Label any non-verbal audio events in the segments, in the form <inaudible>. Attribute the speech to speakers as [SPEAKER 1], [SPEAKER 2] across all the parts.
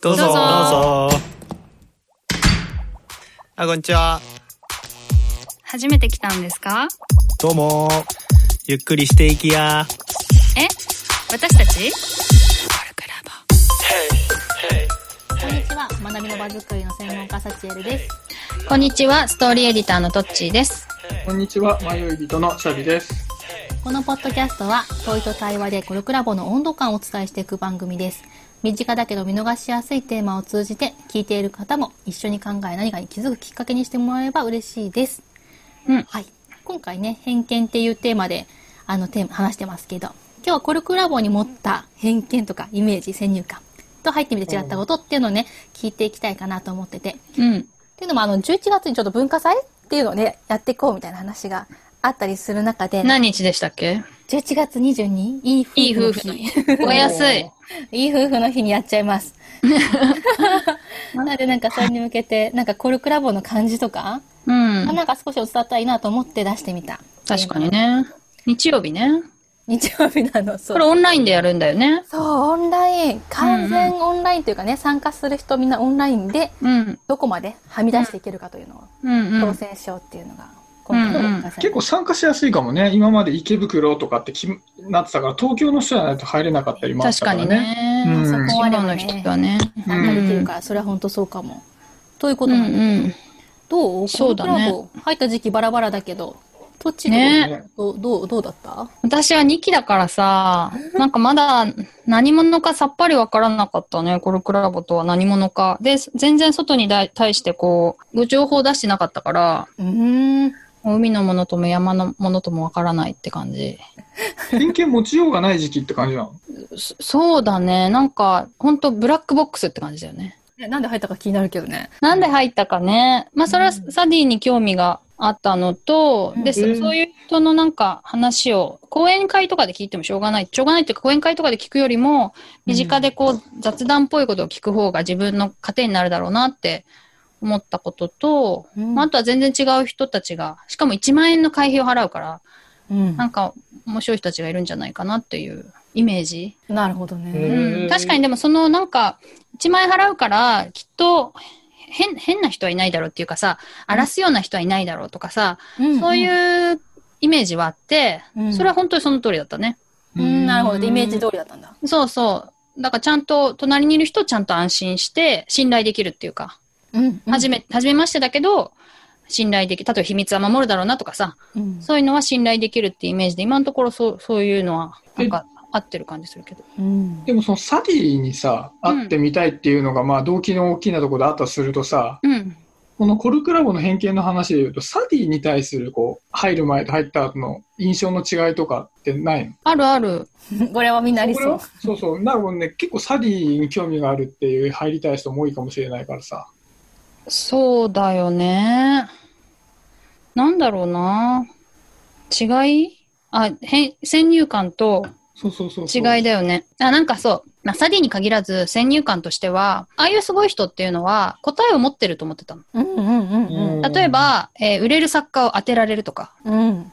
[SPEAKER 1] どうぞ
[SPEAKER 2] どうぞ
[SPEAKER 1] あこんにちは
[SPEAKER 2] 初めて来たんですか
[SPEAKER 1] どうもゆっくりしていきや
[SPEAKER 2] え私たち
[SPEAKER 3] こんにちは。学びの場作りの専門家、サチエルです。
[SPEAKER 2] こんにちは、ストーリーエディターのトッチーです。
[SPEAKER 4] こんにちは、迷い人のシャビです。
[SPEAKER 3] このポッドキャストは、問いと対話でコルクラボの温度感をお伝えしていく番組です。身近だけど見逃しやすいテーマを通じて、聞いている方も一緒に考え何かに気づくきっかけにしてもらえれば嬉しいです。
[SPEAKER 2] うん
[SPEAKER 3] はい。今回ね、偏見っていうテーマで、あの、テーマ、話してますけど、今日はコルクラボに持った偏見とかイメージ、先入観と入ってみて違ったことっていうのをね、聞いていきたいかなと思ってて、
[SPEAKER 2] うん。
[SPEAKER 3] っていうのもあの11月にちょっと文化祭っていうのをねやっていこうみたいな話があったりする中で
[SPEAKER 2] 何日でしたっけ
[SPEAKER 3] 11月22いい夫
[SPEAKER 2] いい
[SPEAKER 3] 婦の
[SPEAKER 2] 夫婦
[SPEAKER 3] 日
[SPEAKER 2] の日。お
[SPEAKER 3] <laughs>
[SPEAKER 2] 安い。
[SPEAKER 3] いい夫婦の日にやっちゃいます
[SPEAKER 2] <laughs>
[SPEAKER 3] なのでなんかそれに向けてなんかコルクラボの感じとか、
[SPEAKER 2] うん。
[SPEAKER 3] なんか少し伝わったらいいなと思って出してみた
[SPEAKER 2] 確かにね。日曜日ね。
[SPEAKER 3] 日曜日なのそ
[SPEAKER 2] こ
[SPEAKER 3] う
[SPEAKER 2] れオンラインでやるんだよね。
[SPEAKER 3] そうオンライン完全オンラインというかね、参加する人みんなオンラインで
[SPEAKER 2] うん。
[SPEAKER 3] どこまではみ出していけるかというのを
[SPEAKER 2] うんう
[SPEAKER 3] 挑
[SPEAKER 2] ん。
[SPEAKER 3] 戦しようっていうのが今回の文化祭
[SPEAKER 4] 結構参加しやすいかもね、今まで池袋とかってきなってたから、東京の人じゃないと入れなかったりもあっ
[SPEAKER 2] 確
[SPEAKER 4] た
[SPEAKER 2] か
[SPEAKER 4] から
[SPEAKER 2] に
[SPEAKER 4] ね。
[SPEAKER 2] ね。
[SPEAKER 4] うん
[SPEAKER 2] そこはでもね地方の人はね。
[SPEAKER 3] 参加できるから、それは本当そうかも。というこ
[SPEAKER 2] う
[SPEAKER 3] と
[SPEAKER 2] ん
[SPEAKER 3] なんで、
[SPEAKER 2] うん。
[SPEAKER 3] どう
[SPEAKER 2] そうだね
[SPEAKER 3] このクラブ入った時期バラバラだけど、どっちの
[SPEAKER 2] ね
[SPEAKER 3] どうどうどうだった
[SPEAKER 2] 私は2期だからさ、なんかまだ何者かさっぱりわからなかったね、コルクラボとは何者か。で、全然外にだい対してこう、情報を出してなかったから、
[SPEAKER 3] うーん。
[SPEAKER 2] 海のものとも山のものともわからないって感じ。
[SPEAKER 4] 偏見持ちようがない時期って感じなの。
[SPEAKER 2] そそうだね、なんか、ほんとブラックボックスって感じだよね。
[SPEAKER 3] ねなんで入ったか気になるけどね。
[SPEAKER 2] なんで入ったかね。まあ、それはサディに興味があったのと、で、そ
[SPEAKER 4] うん
[SPEAKER 2] そういう人のなんか話を、講演会とかで聞いてもしょうがない。しょうがないっていうか、講演会とかで聞くよりも、身近でこう、雑談っぽいことを聞く方が自分の糧になるだろうなって思ったことと、
[SPEAKER 3] うん
[SPEAKER 2] まあ、あとは全然違う人たちが、しかも1万円の会費を払うから、
[SPEAKER 3] うん
[SPEAKER 2] なんか面白い人たちがいるんじゃないかなっていうイメージ。
[SPEAKER 3] なるほどね。
[SPEAKER 2] う
[SPEAKER 4] へ
[SPEAKER 2] ん、
[SPEAKER 4] ー
[SPEAKER 2] 確かにでもそのなんか1万円払うからきっと変変な人はいないだろうっていうかさ荒らすような人はいないだろうとかさ、そう
[SPEAKER 3] う
[SPEAKER 2] いうイメージはあって、
[SPEAKER 3] うん
[SPEAKER 2] それは本当にその通りだったね。
[SPEAKER 3] ん。うん、なるほど。でイメージ通りだったんだ。
[SPEAKER 2] そうそうだからちゃんと隣にいる人をちゃんと安心して信頼できるっていうか
[SPEAKER 3] うん。
[SPEAKER 2] はじめ初めましてだけど信頼でき例えば秘密は守るだろうなとかさ
[SPEAKER 3] うん。
[SPEAKER 2] そういうのは信頼できるってイメージで今のところそうそういうのはなんか合ってる感じするけど。
[SPEAKER 3] うん。
[SPEAKER 4] でもそのサディにさ、会ってみたいっていうのが、まあ動機の大きなところであったとするとさ、
[SPEAKER 2] うん
[SPEAKER 4] このコルクラボの偏見の話で言うと、サディに対するこう、入る前と入った後の印象の違いとかってないの
[SPEAKER 2] あるある。
[SPEAKER 3] これはみんなあり
[SPEAKER 4] これ
[SPEAKER 3] そう
[SPEAKER 4] は。そうそう。なるほどね。結構サディに興味があるっていう入りたい人も多いかもしれないからさ。
[SPEAKER 2] そうだよね。なんだろうな。違いあ、変、先入観と
[SPEAKER 4] そうそうそう
[SPEAKER 2] 違いだよね。あ、なんかそう。まあ、サディに限らず先入観としては、ああいうすごい人っていうのは答えを持ってると思ってたの。
[SPEAKER 3] うんうんうんうん。
[SPEAKER 2] 例え、ば、えー売れる作家を当てられるとか、
[SPEAKER 3] うん。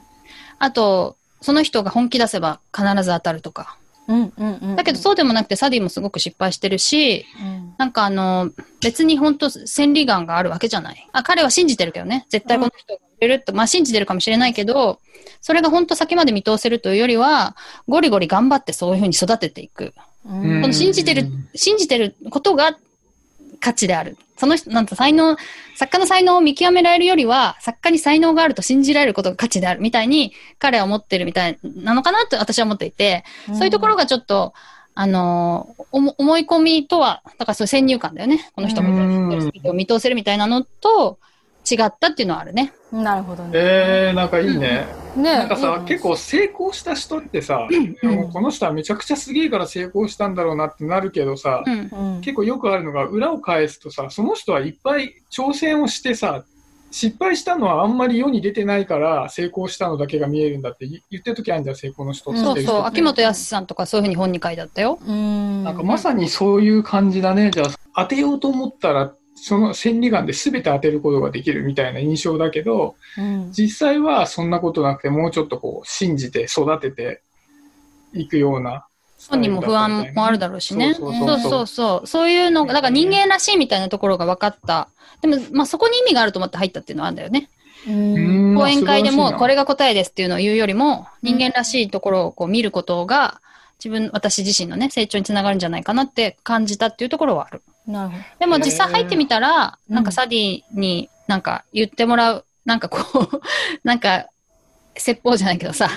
[SPEAKER 2] あと、その人が本気出せば必ず当たるとか。
[SPEAKER 3] うんうんうん。
[SPEAKER 2] だけどそうでもなくてサディもすごく失敗してるし、
[SPEAKER 3] うん。
[SPEAKER 2] なんかあの、別に本当千里眼があるわけじゃない。あ、彼は信じてるけどね。絶対この人が売れると、まあ信じてるかもしれないけど、それが本当先まで見通せるというよりは、ゴリゴリ頑張ってそういうふうに育てていく。
[SPEAKER 3] うん
[SPEAKER 2] この信じてる、信じてることが価値である。その人、なんと才能、作家の才能を見極められるよりは、作家に才能があると信じられることが価値であるみたいに、彼は思ってるみたいなのかなと私は思っていて、そういうところがちょっと、あのーおも思い込みとは、だからそういう先入観だよね。この人
[SPEAKER 4] うん
[SPEAKER 2] も見通せるみたいなのと違ったっていうのはあるね。
[SPEAKER 3] なるほどね。
[SPEAKER 4] えー、なんかいいね。
[SPEAKER 3] ね
[SPEAKER 4] なんか
[SPEAKER 3] いい
[SPEAKER 4] さ
[SPEAKER 3] ね、
[SPEAKER 4] 結構成功した人ってさ、
[SPEAKER 3] うん
[SPEAKER 4] この人はめちゃくちゃすげえから成功したんだろうなってなるけどさ、
[SPEAKER 2] うん。
[SPEAKER 3] うん
[SPEAKER 4] 結構よくあるのが裏を返すとさ、その人はいっぱい挑戦をしてさ、失敗したのはあんまり世に出てないから成功したのだけが見えるんだって言言ってる時あるんじゃん、成功の人って
[SPEAKER 3] ん
[SPEAKER 2] そうそう。秋
[SPEAKER 4] 秋元
[SPEAKER 2] 元康さんとかそういうふうに本に書いてあったよ。
[SPEAKER 3] うん。
[SPEAKER 4] なんかまさにそういう感じだね。じゃあ、当てようと思ったら、その千里眼で全て当てることができるみたいな印象だけど、
[SPEAKER 3] うん
[SPEAKER 4] 実際はそんなことなくて、もうちょっとこう、信じて育てていくような、
[SPEAKER 2] 本人も不安もある
[SPEAKER 4] だ
[SPEAKER 2] だろうしね。
[SPEAKER 4] そう
[SPEAKER 2] そう
[SPEAKER 4] そうそ
[SPEAKER 2] そう
[SPEAKER 4] う
[SPEAKER 2] そうそう。そういうのが、だから人間らしいみたいなところが分かった。でも、まあそこに意味があると思って入ったっていうのはあるんだよね。
[SPEAKER 3] う
[SPEAKER 4] ろ
[SPEAKER 3] ん。
[SPEAKER 2] 講演会でもこれ
[SPEAKER 4] が
[SPEAKER 2] が答えですっていうのを言うよりも、人間らしいところをこう見ることが、自分、私自身のね、成長につながるんじゃないかなって感じたっていうところはある。
[SPEAKER 3] なるほど。
[SPEAKER 2] でも実際入ってみたら、
[SPEAKER 3] うん
[SPEAKER 2] なんかサディになんか言ってもらう、なんかこう、 <laughs> なんか、説法じゃないけどさ、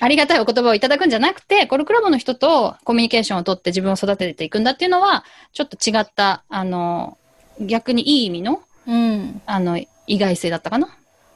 [SPEAKER 2] ありがたいお言葉をいただくんじゃなくて、コルクラボの人とコミュニケーションをとって自分を育てていくんだっていうのは、ちょっと違った、あの、逆にいい意味の、
[SPEAKER 3] うん。
[SPEAKER 2] あの、意外性だったかな。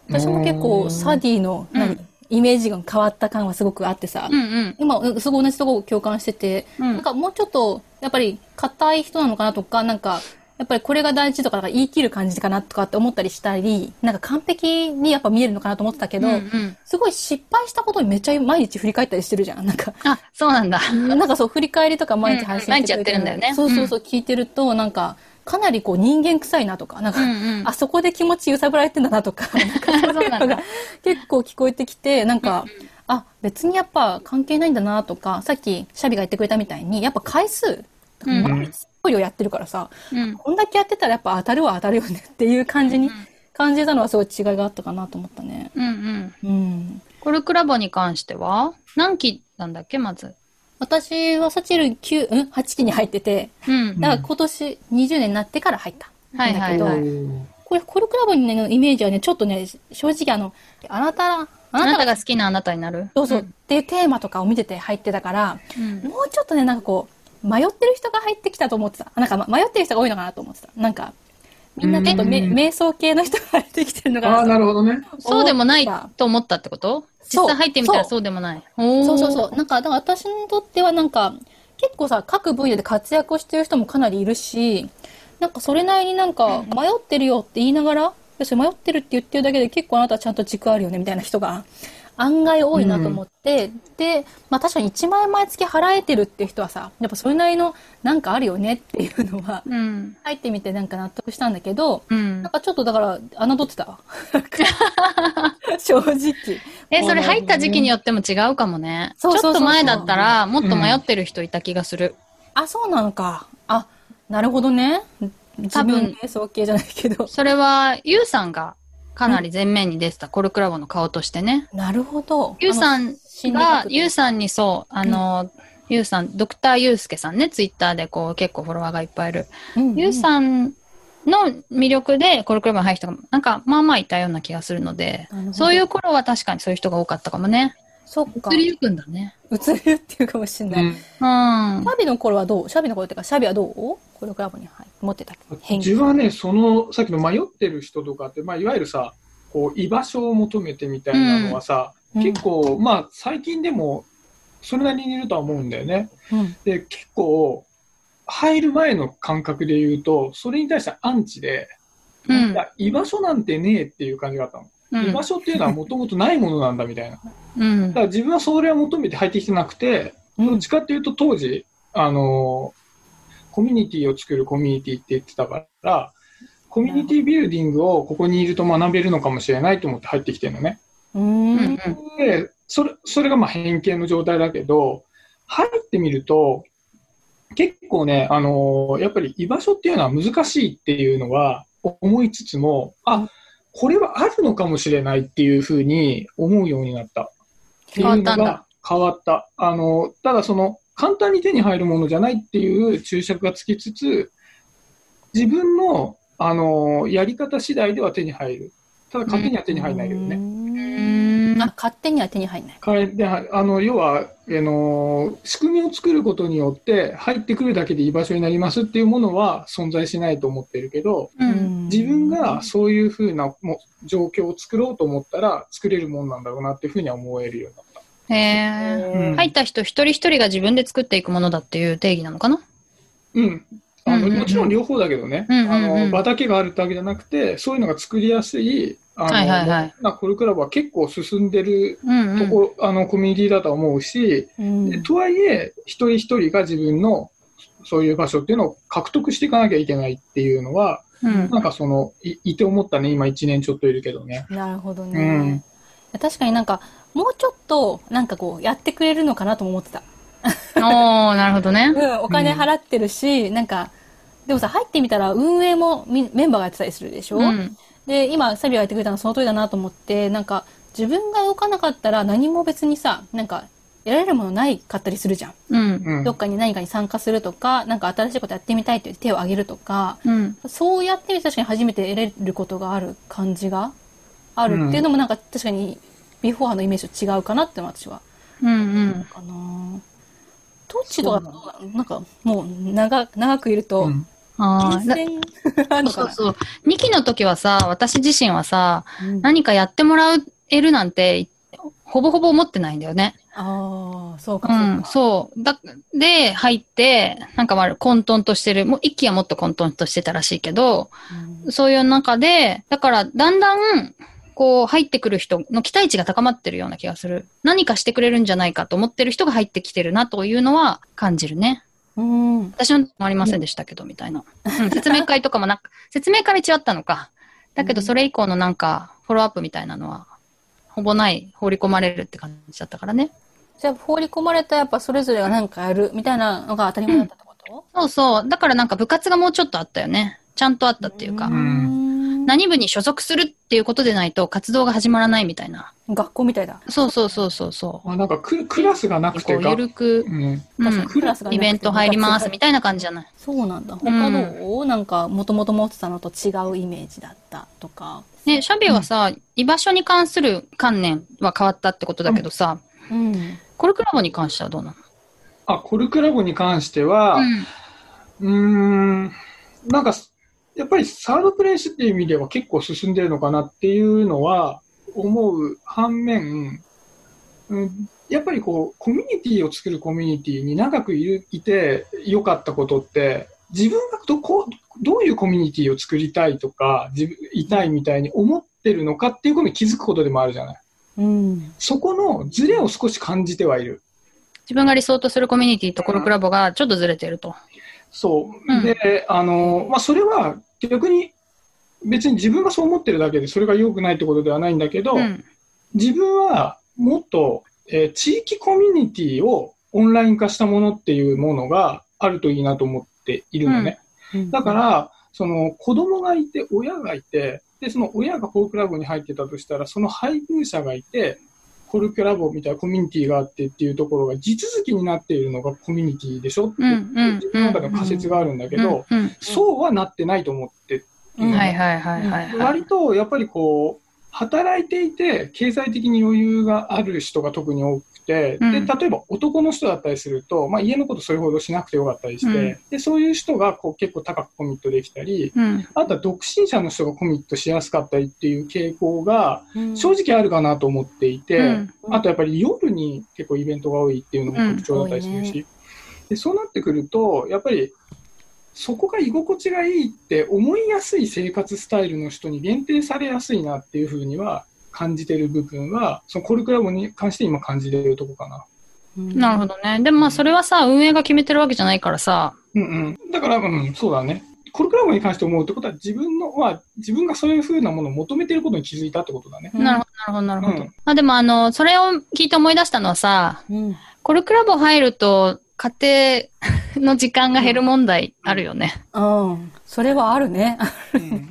[SPEAKER 3] 私も結構サディの、
[SPEAKER 2] うん
[SPEAKER 3] 何イメージが変わった感はすごくあってさ、
[SPEAKER 2] うんうん。
[SPEAKER 3] 今すごい同じとこ共感してて、
[SPEAKER 2] うん
[SPEAKER 3] なんかもうちょっとやっぱり硬い人なのかなとかなんかやっぱりこれが大事とかなんか言い切る感じかなとかって思ったりしたりなんか完璧にやっぱ見えるのかなと思ってたけど、
[SPEAKER 2] うんうん
[SPEAKER 3] すごい失敗したことにめっちゃ毎日振り返ったりしてるじゃんなんか
[SPEAKER 2] あ、そうなんだ。
[SPEAKER 3] なんかそう、振り返りとか毎日配信してく
[SPEAKER 2] うん
[SPEAKER 3] れ
[SPEAKER 2] 毎日やってるんだよね
[SPEAKER 3] そうそうそう、聞いてると、なんか、かなりこう人間臭いなとか、なんか、
[SPEAKER 2] うんうん
[SPEAKER 3] あそこで気持ち揺さぶられてんだなとか、
[SPEAKER 2] <laughs>
[SPEAKER 3] なんかそういう
[SPEAKER 2] そうな
[SPEAKER 3] の
[SPEAKER 2] ん
[SPEAKER 3] が
[SPEAKER 2] だ
[SPEAKER 3] 結構聞こえてきて、なんか、あ、別にやっぱ関係ないんだなとか、さっきシャビが言ってくれたみたいに、やっぱ回数、
[SPEAKER 2] うん
[SPEAKER 3] 毎日料理をやってるからさ、
[SPEAKER 2] うん。
[SPEAKER 3] こんだけやってたらやっぱ当たるは当たるよねっていう感じに
[SPEAKER 2] うんうん
[SPEAKER 3] 感じたのはすごい違いがあったかなと思ったね。
[SPEAKER 2] うんうん。
[SPEAKER 3] うん。
[SPEAKER 2] コルクラボに関しては、何期なんだっけ、まず。
[SPEAKER 3] 私はサチル9、うん ?8 期に入ってて、
[SPEAKER 2] うん。
[SPEAKER 3] だから今年20年になってから入った。
[SPEAKER 2] はいはいは
[SPEAKER 3] なんだけ
[SPEAKER 2] い。
[SPEAKER 3] どこれ、コルクラボにね、のイメージはね、ちょっとね、正直あの、あなた、あ
[SPEAKER 2] あ
[SPEAKER 3] な
[SPEAKER 2] な
[SPEAKER 3] た
[SPEAKER 2] た
[SPEAKER 3] が
[SPEAKER 2] が好きなあなたになる
[SPEAKER 3] どうぞっていうテーマとかを見てて入ってたから、
[SPEAKER 2] うん。
[SPEAKER 3] もうちょっとね、なんかこう、迷ってる人が入ってきたと思ってた。なんか、ま迷ってる人が多いのかなと思ってた。なんか、みんなちょっとめ、
[SPEAKER 4] うん
[SPEAKER 3] 瞑想系の人が入ってきてるのか
[SPEAKER 4] ああ、な
[SPEAKER 3] なと
[SPEAKER 4] るほどね。
[SPEAKER 2] そうでもないと思ったってこと
[SPEAKER 3] そう
[SPEAKER 2] 実際入ってみたら
[SPEAKER 3] そう
[SPEAKER 2] そうでもない。おー
[SPEAKER 3] そうそうそう。なんか、だから私にとってはなんか、結構さ、各分野で活躍をしてる人もかなりいるし、なんかそれなりになんか、迷ってるよって言いながら、要するに迷ってるって言ってるだけで結構あなたはちゃんと軸あるよねみたいな人が案外多いなと思って、で、まあ確かに1万円毎月払えてるっていう人はさ、やっぱそれなりのなんかあるよねっていうのは、
[SPEAKER 2] うん。
[SPEAKER 3] 入ってみてなんか納得したんだけど、
[SPEAKER 2] うん
[SPEAKER 3] なん。かちょっとだから、侮ってた
[SPEAKER 2] <laughs>
[SPEAKER 3] わ。正直。
[SPEAKER 2] え、それ入った時期によっても違うかもね。ち
[SPEAKER 3] そ
[SPEAKER 2] ょ
[SPEAKER 3] うそ
[SPEAKER 2] っ
[SPEAKER 3] うそうそう
[SPEAKER 2] と前だったら、もっと迷ってる人いた気がする。
[SPEAKER 3] あ、そうなのか。あ、なるほどね。自分で尊敬じゃないけど。
[SPEAKER 2] それは、ゆうさんがかなり前面に出てた、コルクラボの顔としてね。
[SPEAKER 3] なるほど。
[SPEAKER 2] ゆうさん
[SPEAKER 3] 心理
[SPEAKER 2] が
[SPEAKER 3] 学、で
[SPEAKER 2] ゆうさんにそう、あの、ゆうさん、ドクターゆうすけさんね、ツイッターでこう結構フォロワーがいっぱいいる。
[SPEAKER 3] あの、うんうん
[SPEAKER 2] ゆうさんの魅力でコルクラボに入る人が、なんかまあまあいたような気がするので
[SPEAKER 3] なるほど、
[SPEAKER 2] そういう頃は確かにそういう人が多かったかもね。
[SPEAKER 3] そっか。
[SPEAKER 2] 釣りゆくんだね。
[SPEAKER 3] 移るっていうかもしれない。
[SPEAKER 4] うん
[SPEAKER 2] うん
[SPEAKER 3] シ。ャビの頃はどうシャビの頃っていうか、シャビはどうコルクラボに入持ってた変
[SPEAKER 4] 自分はね、その、さっきの迷ってる人とかって、まあ、いわゆるさ、こう、居場所を求めてみたいなのはさ、
[SPEAKER 3] うん
[SPEAKER 4] 結構、まあ、最近でも、それなりにいるとは思うんだよね。
[SPEAKER 3] うん。
[SPEAKER 4] で、結構、入る前の感覚で言うと、それに対してアンチで、
[SPEAKER 2] う
[SPEAKER 4] い
[SPEAKER 2] ん。
[SPEAKER 4] や居場所なんてねえっていう感じがあったの。
[SPEAKER 2] う
[SPEAKER 4] 居
[SPEAKER 2] ん
[SPEAKER 4] 場所っていうのはもともとないものなんだみたいな。だ
[SPEAKER 2] うん
[SPEAKER 4] か。ら自分はそれを求めて入ってきてなくて、
[SPEAKER 3] うん
[SPEAKER 4] どっちかっていうと当時、あのーコミュニティを作るコミュニティって言ってたから、コミュニティビルディングをここにいると学べるのかもしれないと思って入ってきてるのね。
[SPEAKER 3] うーん。
[SPEAKER 4] で、それ、それがまあ偏見の状態だけど、入ってみると、結構ね、あのーやっぱり居場所っていうのは難しいっていうのは思いつつも、あ、これはあるのかもしれないっていうふうに思うようになった。って
[SPEAKER 2] 変
[SPEAKER 4] い
[SPEAKER 2] わっ
[SPEAKER 4] うの
[SPEAKER 2] たんだ
[SPEAKER 4] が。変わった。あの、ただその、簡単に手に入るものじゃないっていう注釈がつきつつ、自分の、あの、やり方次第では手に入る。ただ勝手には手に入らないけどね。
[SPEAKER 2] う
[SPEAKER 3] ね。
[SPEAKER 2] ーん
[SPEAKER 3] あ、勝手には手に入んない。
[SPEAKER 4] 変えではあの要は、あの仕組みを作ることによって入ってくるだけで居場所になりますっていうものは存在しないと思ってるけど
[SPEAKER 2] うん。
[SPEAKER 4] 自分がそういうふうなも状況を作ろうと思ったら作れるもんなんだろうなっていうふうには思えるようになった。
[SPEAKER 2] へえ。
[SPEAKER 4] うん
[SPEAKER 2] 入った人一人一人が自分で作っていくものだっていう定義なのかな
[SPEAKER 4] うん。あ
[SPEAKER 2] うん
[SPEAKER 4] の
[SPEAKER 2] うんうん
[SPEAKER 4] もちろん両方だけどね、
[SPEAKER 2] うんうんうん
[SPEAKER 4] あの場だけがあるってわけじゃなくて、そういうのが作りやすい、あの、
[SPEAKER 2] はいはいはい
[SPEAKER 4] なコルクラブは結構進んでる
[SPEAKER 2] うんう
[SPEAKER 4] と
[SPEAKER 2] ん。
[SPEAKER 4] こ、あのコミュニティだと思うし、
[SPEAKER 3] うん、
[SPEAKER 4] とはいえ、一人一人が自分のそういう場所っていうのを獲得していかなきゃいけないっていうのは、
[SPEAKER 2] うん
[SPEAKER 4] なんかその、いいて思ったね、今1年ちょっといるけどね。
[SPEAKER 3] なるほど
[SPEAKER 4] う
[SPEAKER 3] ね
[SPEAKER 4] ん、
[SPEAKER 3] 確かになんかもうちょっとなんかこうやってくれるのかなとも思ってた
[SPEAKER 2] おー、なるほどね。
[SPEAKER 3] うん、お金払ってるし、なんか、でもさ、入ってみたら運営もみメンバーがやってたりするでしょ、
[SPEAKER 2] うん。
[SPEAKER 3] で、今、サビがやってくれたのその通りだなと思って、なんか、自分が動かなかったら何も別にさ、なんか、得られるものないかったりするじゃん。
[SPEAKER 2] うん。
[SPEAKER 4] うん
[SPEAKER 3] どっかに何かに参加するとか、なんか新しいことやってみたいという手を挙げるとか、
[SPEAKER 2] うん。
[SPEAKER 3] そうやってみて確かに初めて得れることがある感じがあるっていうのもなんか確かにビフォーのイメージと違うかなって私は
[SPEAKER 2] うん。うん。
[SPEAKER 3] かなトッチとかどうなのなんかもう長長くいると
[SPEAKER 4] うん
[SPEAKER 2] ああ。
[SPEAKER 3] 金
[SPEAKER 2] だ
[SPEAKER 3] 銭あるの
[SPEAKER 2] そ
[SPEAKER 3] か
[SPEAKER 2] う
[SPEAKER 3] な
[SPEAKER 2] そう。2期の時はさ、私自身はさ、
[SPEAKER 3] うん
[SPEAKER 2] 何かやってもらえるなんて、ほぼほぼ思ってないんだよね。
[SPEAKER 3] ああそうか
[SPEAKER 2] う
[SPEAKER 3] そう
[SPEAKER 2] ん、そ
[SPEAKER 3] か
[SPEAKER 2] う。だ、で、入って、なんかまあ、混沌としてる。もう、一期はもっと混沌としてたらしいけど、
[SPEAKER 3] うん
[SPEAKER 2] そういう中で、だから、だんだん、こう、入ってくる人の期待値が高まってるような気がする。何かしてくれるんじゃないかと思ってる人が入ってきてるなというのは感じるね。
[SPEAKER 3] うん
[SPEAKER 2] 私の時もありませんでしたけど、みたいな。うん説明会とかもなんか、説明会で違ったのか。だけど、それ以降のなんか、フォローアップみたいなのは、ほぼない、放り込まれるって感じだったからね。
[SPEAKER 3] じゃあ放り込まれたやっぱそれぞれが何かやるみたいなのが当たり前だったってこと
[SPEAKER 2] そうそう。だからなんか部活がもうちょっとあったよね。ちゃんとあったっていうか。
[SPEAKER 3] うん
[SPEAKER 2] 何部に所属するっていうことでないと活動が始まらないみたいな。
[SPEAKER 3] 学校みたいだ
[SPEAKER 2] そうそうそうそうそう。
[SPEAKER 4] まあ、なんかククラスがな
[SPEAKER 2] こ
[SPEAKER 4] くて
[SPEAKER 2] う、ゆるく、
[SPEAKER 4] うん、
[SPEAKER 2] う
[SPEAKER 3] 確か
[SPEAKER 2] ん
[SPEAKER 3] にクラスがなくて
[SPEAKER 2] イベント入りますみたいな感じじゃない。
[SPEAKER 3] そうなんだ他どうなんかもともと持ってたのと違うイメージだったとか
[SPEAKER 2] ね、シャビはさ、居場所に関する観念は変わったってことだけどさ、
[SPEAKER 3] うん
[SPEAKER 2] コルクラボに関してはどうな
[SPEAKER 4] あコルクラボに関しては、
[SPEAKER 2] の
[SPEAKER 4] うーんなんか、やっぱりサードプレイスっていう意味では結構進んでるのかなっていうのは思う反面、うん、やっぱりこう、コミュニティを作るコミュニティに長くいるいて良かったことって、自分がどこどういうコミュニティを作りたいとか、自分いたいみたいに思ってるのかっていうことに気づくことでもあるじゃない。
[SPEAKER 3] うん
[SPEAKER 4] そこのズレを少し感じてはいる。
[SPEAKER 2] 自分が理想とするコミュニティとコルクラボがちょっとずれてると。
[SPEAKER 4] そう。
[SPEAKER 2] うん
[SPEAKER 4] で、あの、まあ、それは逆に別に自分がそう思ってるだけでそれが良くないってことではないんだけど、
[SPEAKER 2] うん。
[SPEAKER 4] 自分はもっと、えー地域コミュニティをオンライン化したものっていうものがあるといいなと思っているのね。だから、その子供がいて、親がいて、で、その親がフォークラボに入ってたとしたら、その配偶者がいて、コルクラボみたいなコミュニティがあってっていうところが地続きになっているのがコミュニティでしょって、
[SPEAKER 2] うんうん
[SPEAKER 4] 自分の中での仮説があるんだけど、
[SPEAKER 2] うんうん
[SPEAKER 4] そうはなってないと思って、
[SPEAKER 3] うん
[SPEAKER 2] はいはいはいはいはい。
[SPEAKER 4] 割とやっぱりこう、働いていて、経済的に余裕がある人が特に多くて、
[SPEAKER 2] うん
[SPEAKER 4] で例えば男の人だったりすると、まあ、家のことそれほどしなくてよかったりして、
[SPEAKER 2] うん
[SPEAKER 4] でそういう人がこう結構高くコミットできたり、
[SPEAKER 2] うん。
[SPEAKER 4] あとは独身者の人がコミットしやすかったりっていう傾向が
[SPEAKER 3] うん
[SPEAKER 4] 正直あるかなと思っていて、
[SPEAKER 2] うん
[SPEAKER 4] あとやっぱり夜に結構イベントが多いっていうのも特徴だったりするし、
[SPEAKER 3] うん多い
[SPEAKER 4] でそうなってくると、やっぱりそこが居心地がいいって思いやすい生活スタイルの人に限定されやすいなっていうふうには感じてる部分は、そのコルクラボに関して今感じてるとこかな。
[SPEAKER 3] うん
[SPEAKER 2] なるほどね。でもまあそれはさ、運営が決めてるわけじゃないからさ、
[SPEAKER 4] うんうん、だから、うん、そうだね。コルクラボに関して思うってことは、自分の、まあ、自分がそういうふうなものを求めてることに気づいたってことだね。
[SPEAKER 2] なるほど、なるほど、なるほど。
[SPEAKER 4] うん
[SPEAKER 2] まあでも、あの、それを聞いて思い出したのはさ、
[SPEAKER 3] うん
[SPEAKER 2] コルクラボ入ると、家庭の時間が減る問題あるよね。
[SPEAKER 3] うんそれはあるね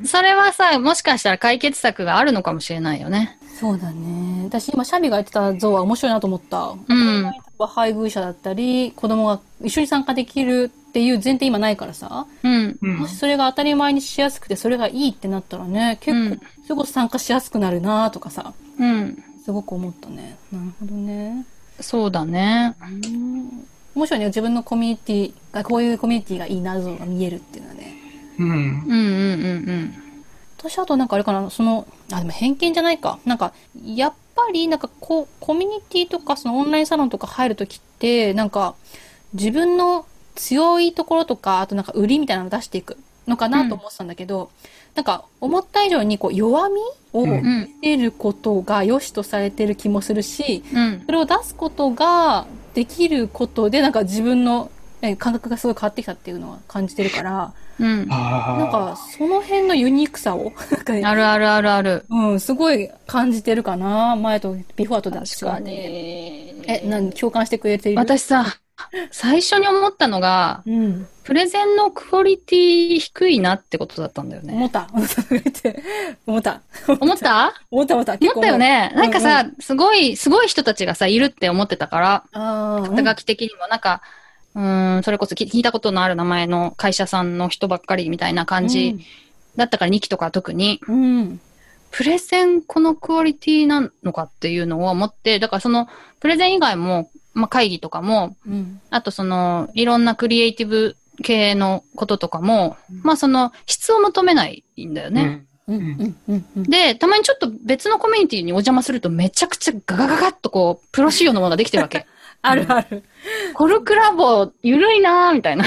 [SPEAKER 2] それはさ、もしかしたら解決策があるのかもしれないよね。
[SPEAKER 3] そうだね私今シャミが言ってた像は面白いなと思った
[SPEAKER 2] うん。
[SPEAKER 3] 配偶者だったり子供が一緒に参加できるっていう前提今ないからさ
[SPEAKER 2] うん。
[SPEAKER 4] うん
[SPEAKER 3] もしそれが当たり前にしやすくてそれがいいってなったらね結構それこそ参加しやすくなるなとかさ
[SPEAKER 2] うん。
[SPEAKER 3] すごく思ったねなるほどね
[SPEAKER 2] そうだね。
[SPEAKER 3] うん面白いね自分のコミュニティがこういうコミュニティがいいな像が見えるっていうのはね
[SPEAKER 4] うん。
[SPEAKER 2] うんうんうん
[SPEAKER 3] 私あとなんかあれかなそのあでも偏見じゃないかなんかやっぱりなんかこうコミュニティとかそのオンラインサロンとか入るときってなんか自分の強いところとかあとなんか売りみたいなの出していくのかなと思ってたんだけど、なんか思った以上にこう弱みを
[SPEAKER 2] う
[SPEAKER 4] う
[SPEAKER 2] んん。う
[SPEAKER 3] 見
[SPEAKER 2] ん。
[SPEAKER 3] せることが良しとされてる気もするし
[SPEAKER 2] うん
[SPEAKER 3] そ。れを出すことができることでなんか自分のえ感覚がすごい変わってきたっていうのは感じてるから
[SPEAKER 2] うん。
[SPEAKER 4] あ
[SPEAKER 3] なんかその辺のユニークさをなんかね
[SPEAKER 2] あるあるあるある。
[SPEAKER 3] うん、すごい感じてるかな。前とビフォーとだ
[SPEAKER 2] 確か。に。
[SPEAKER 3] え、何共感してくれている
[SPEAKER 2] 私さ、最初に思ったのが、
[SPEAKER 3] うん。
[SPEAKER 2] プレゼンのクオリティ低いなってことだったんだよね。
[SPEAKER 3] 思った。思った。思った。
[SPEAKER 2] 思った
[SPEAKER 3] 思った思った。
[SPEAKER 2] 思
[SPEAKER 3] 結構
[SPEAKER 2] ったよ。ね。
[SPEAKER 3] う
[SPEAKER 2] なんかさ、すごい、すごい人たちがさ、いるって思ってたから、
[SPEAKER 3] ああ。
[SPEAKER 2] 肩書き的にも、なんか、うーん、それこそき聞いたことのある名前の会社さんの人ばっかりみたいな感じだったから、2期とか特に、
[SPEAKER 3] うん。うん。
[SPEAKER 2] プレゼンこのクオリティなのかっていうのを思って、だからその、プレゼン以外も、まあ、会議とかも、
[SPEAKER 3] うん。
[SPEAKER 2] あとその、いろんなクリエイティブ系のこととかも、
[SPEAKER 3] うん
[SPEAKER 2] まあその、質を求めないんだよね。
[SPEAKER 3] うん。うん。うん。うん。
[SPEAKER 2] で、たまにちょっと別のコミュニティにお邪魔するとめちゃくちゃガガガガッとこう、プロ仕様のものができてるわけ。
[SPEAKER 3] あるある。
[SPEAKER 2] コルクラボ、ゆるいなーみたいな。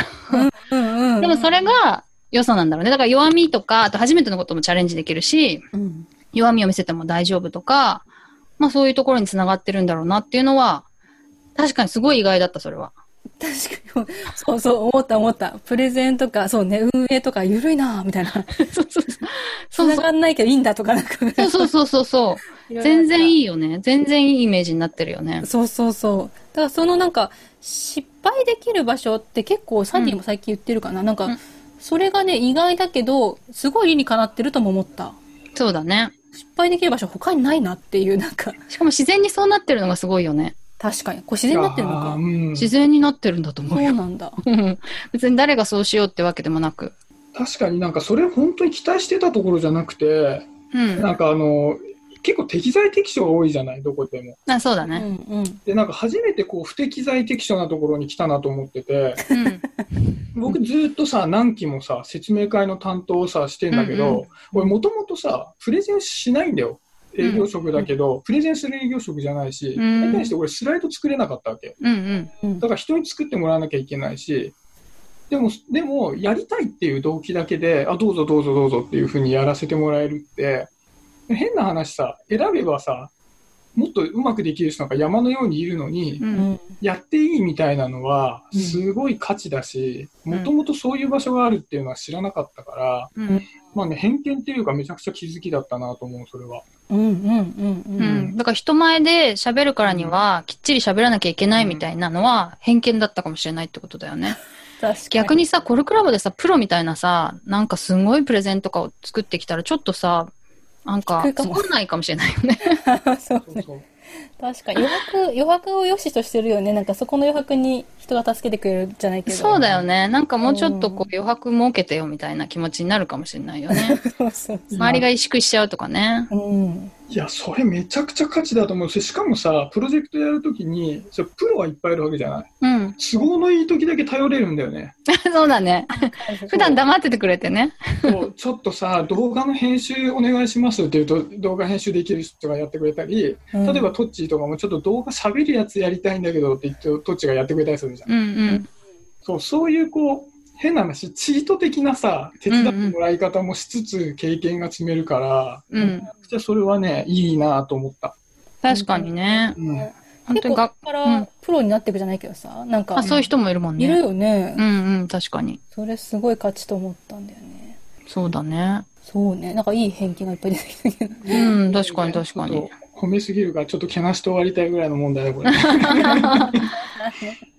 [SPEAKER 3] うん。うん。
[SPEAKER 2] でもそれが良さなんだろうね。だから弱みとか、あと初めてのこともチャレンジできるし、
[SPEAKER 3] うん。
[SPEAKER 2] 弱みを見せても大丈夫とか、まあそういうところにつながってるんだろうなっていうのは、確かにすごい意外だった、それは。
[SPEAKER 3] 確かに。そうそう、思った思った。プレゼンとか、そうね、運営とか、ゆるいなぁみたいな。
[SPEAKER 2] そうそうそう。
[SPEAKER 3] 繋がんないけどいいんだとか、なんか。
[SPEAKER 2] そうそうそうそうそう。全然
[SPEAKER 3] い
[SPEAKER 2] いいよね。全然いいイメージになってるよね
[SPEAKER 3] ろいろあった。。そうそうそう。だからそのなんか、失敗できる場所って結構、サンディも最近言ってるかな。なんか
[SPEAKER 2] うん、
[SPEAKER 3] それがね、意外だけど、すごい理にかなってるとも思った。
[SPEAKER 2] そうだね。
[SPEAKER 3] 失敗できる場所他にないなっていう、なんか、 <laughs>
[SPEAKER 2] しかも自然にそうなってるのがすごいよね。
[SPEAKER 3] 確かに。これ自然になってるの
[SPEAKER 4] あ
[SPEAKER 3] か
[SPEAKER 4] ー。うん
[SPEAKER 2] 自然になってるんだと思
[SPEAKER 3] そう
[SPEAKER 2] うよ。 <laughs>
[SPEAKER 3] なんだ。
[SPEAKER 2] うん別に誰がそうしようってわけでもなく。
[SPEAKER 4] 確かになんかそれ本当に期待してたところじゃなくて、
[SPEAKER 2] うん。
[SPEAKER 4] なんかあの、結構適材適所が多いじゃない、どこでも。
[SPEAKER 2] あそうだ
[SPEAKER 3] うん
[SPEAKER 2] ね。
[SPEAKER 3] うん。
[SPEAKER 4] で、なんか初めてこう不適材適所なところに来たなと思っ
[SPEAKER 2] <laughs>
[SPEAKER 4] てて、
[SPEAKER 2] うん。
[SPEAKER 4] 僕ずっとさ、何期もさ、説明会の担当をさ、してんだけど、
[SPEAKER 2] うん
[SPEAKER 4] 俺もともとさ、プレゼンしないんだよ。営業職だけど、プレゼンする営業職じゃないし、そ
[SPEAKER 2] うん
[SPEAKER 4] れに対して俺スライド作れなかったわけ。
[SPEAKER 2] うんうん。
[SPEAKER 3] うん
[SPEAKER 4] だから人に作ってもらわなきゃいけないし、でも、でも、やりたいっていう動機だけで、あ、どうぞどうぞどうぞっていうふうにやらせてもらえるって、変な話さ、選べばさ、もっとうまくできる人なんか山のようにいるのに
[SPEAKER 2] う、
[SPEAKER 3] うんん。
[SPEAKER 4] やっていいみたいなのは、
[SPEAKER 3] うん
[SPEAKER 4] すごい価値だし、
[SPEAKER 2] ん
[SPEAKER 4] もともとそういう場所があるっていうのは知らなかったから、
[SPEAKER 2] うん
[SPEAKER 4] まあね、偏見っていうかめちゃくちゃ気づきだったなと思う、それは。
[SPEAKER 3] うんうんうん
[SPEAKER 2] う
[SPEAKER 3] うん。
[SPEAKER 2] ん。だから人前で喋るからには、きっちり喋らなきゃいけないみたいなのは、偏見だったかもしれないってことだよね。
[SPEAKER 3] 確か
[SPEAKER 2] 逆にさ、コルクラボでさ、プロみたいなさ、なんかすごいプレゼンとかを作ってきたら、ちょっとさ、なんか
[SPEAKER 3] 低い、かも
[SPEAKER 2] 作んないかもしれないよね。
[SPEAKER 3] <laughs> そう
[SPEAKER 4] そう
[SPEAKER 3] ね。
[SPEAKER 4] そう
[SPEAKER 3] 確かに。余白、余白を良しとしてるよね。なんかそこの余白に人が助けてくれるじゃないけど。
[SPEAKER 2] そうだよね。なんかもうちょっとこう余白設けてよみたいな気持ちになるかもしれないよ <laughs> ね。
[SPEAKER 3] <laughs> そうそう。
[SPEAKER 2] 周りが萎縮しちゃうとかね。
[SPEAKER 3] うん。
[SPEAKER 4] いや、それめちゃくちゃ価値だと思うし、しかもさ、プロジェクトやるときに、それプロがいっぱいいるわけじゃない
[SPEAKER 2] うん。
[SPEAKER 4] 都合のいい時だけ頼れるんだよね。
[SPEAKER 2] <laughs> そうだね。普段黙っててくれてね。
[SPEAKER 4] そうちょっとさ、動画の編集お願いしますって言うと、動画編集できる人がやってくれたり、
[SPEAKER 3] うん
[SPEAKER 4] 例えばトッチーとかもちょっと動画喋るやつやりたいんだけどって言って、トッチーがやってくれたりするじゃん。
[SPEAKER 2] うんうん。
[SPEAKER 4] そうそういうこう、変な話、チート的なさ、手伝ってもらい方もしつつ経験が積めるから、
[SPEAKER 2] うん。
[SPEAKER 4] じゃあそれはね、いいなと思った。
[SPEAKER 2] 確かにね。
[SPEAKER 4] うん
[SPEAKER 2] 本当
[SPEAKER 3] 結
[SPEAKER 2] に
[SPEAKER 3] 構
[SPEAKER 2] が
[SPEAKER 3] こ、こか
[SPEAKER 2] うん
[SPEAKER 3] らプロになっていくじゃないけどさ。なんか
[SPEAKER 2] あ、、そういう人もいるもん
[SPEAKER 3] いる
[SPEAKER 2] ね。
[SPEAKER 3] よね
[SPEAKER 2] う。んうん、確かに。
[SPEAKER 3] それすごい価値と思ったんだよね。
[SPEAKER 2] そうだね。そう
[SPEAKER 3] そうね。なんかいい偏見がいっぱい出てきた
[SPEAKER 2] <laughs>
[SPEAKER 3] けど。
[SPEAKER 2] うん、確かに確か
[SPEAKER 4] ちょっ
[SPEAKER 2] に。
[SPEAKER 4] と褒めすぎるから、ちょっとけなして終わりたいぐらいの問題だ、これ。
[SPEAKER 3] だ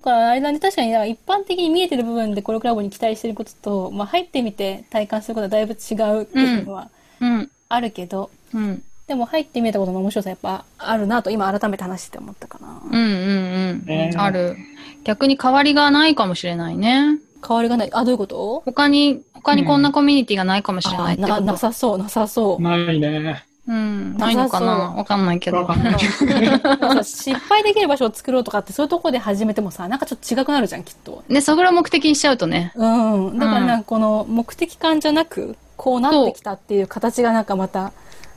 [SPEAKER 3] からあれだね、確かになんか一般的に見えてる部分でコロクラボに期待してることと、まあ入ってみて体感することはだいぶ違うっていうのは
[SPEAKER 2] うん。
[SPEAKER 3] あるけど、
[SPEAKER 2] うん。
[SPEAKER 3] でも入ってみたことの面白さやっぱあるなと今改めて話して思ったかな。
[SPEAKER 2] うんうん
[SPEAKER 4] ね
[SPEAKER 2] うん。ある。逆に変わりがないかもしれないね。
[SPEAKER 3] 変わりがない。あ、どういうこと
[SPEAKER 2] 他に、他にこんなコミュニティがないかもしれないってこ
[SPEAKER 3] あなな
[SPEAKER 2] と。
[SPEAKER 3] さそう、なさそう。
[SPEAKER 4] ないね。
[SPEAKER 2] うん。ないのかな
[SPEAKER 3] なさそう
[SPEAKER 2] わかんないけ
[SPEAKER 4] わ
[SPEAKER 2] ど
[SPEAKER 4] か。んないけどね。
[SPEAKER 3] なんか失敗できる場所を作ろうとかってそういうとこで始めてもさ、なんかちょっと違くなるじゃん、きっと。
[SPEAKER 2] ね、そこら目的にしちゃうとね。
[SPEAKER 3] うん。だからなんかこの目的感じゃなく、こうなってきたっていう形がなんかまた、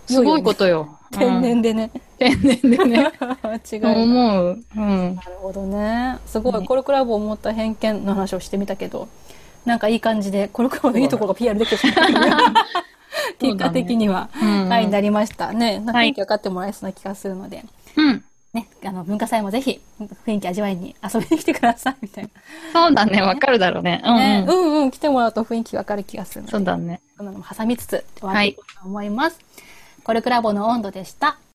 [SPEAKER 2] すごい
[SPEAKER 3] 良
[SPEAKER 2] こ
[SPEAKER 3] よね。
[SPEAKER 2] とよ。
[SPEAKER 3] 天
[SPEAKER 2] うん。
[SPEAKER 3] 然でね。
[SPEAKER 2] 天然でね。
[SPEAKER 3] <laughs> 違
[SPEAKER 2] そう
[SPEAKER 3] う。
[SPEAKER 2] 思う。うん。
[SPEAKER 3] なるほどね。すご
[SPEAKER 2] ね
[SPEAKER 3] い、コルクラブを持った偏見の話をしてみたけど、なんかいい感じで、コルクラブのいいところが PR できてし
[SPEAKER 2] <laughs>
[SPEAKER 3] まったね。結果的には、
[SPEAKER 2] うん
[SPEAKER 3] はい、なりましたね。なんか
[SPEAKER 2] はい
[SPEAKER 3] 雰囲気分かってもらえそうな気がするので、
[SPEAKER 2] うん。
[SPEAKER 3] ね、あの、文化祭もぜひ、雰囲気味わいに遊びに来てください、みたい
[SPEAKER 2] そうだね。わかるだろうね。う
[SPEAKER 3] な。ね、
[SPEAKER 2] ん
[SPEAKER 3] う
[SPEAKER 2] うん。
[SPEAKER 3] んうん、来てもらうと雰囲気分かる気がするので。
[SPEAKER 2] そうだね。
[SPEAKER 3] こんなのも挟みつつ終わっていこうと思います。コルクラボの温度でした。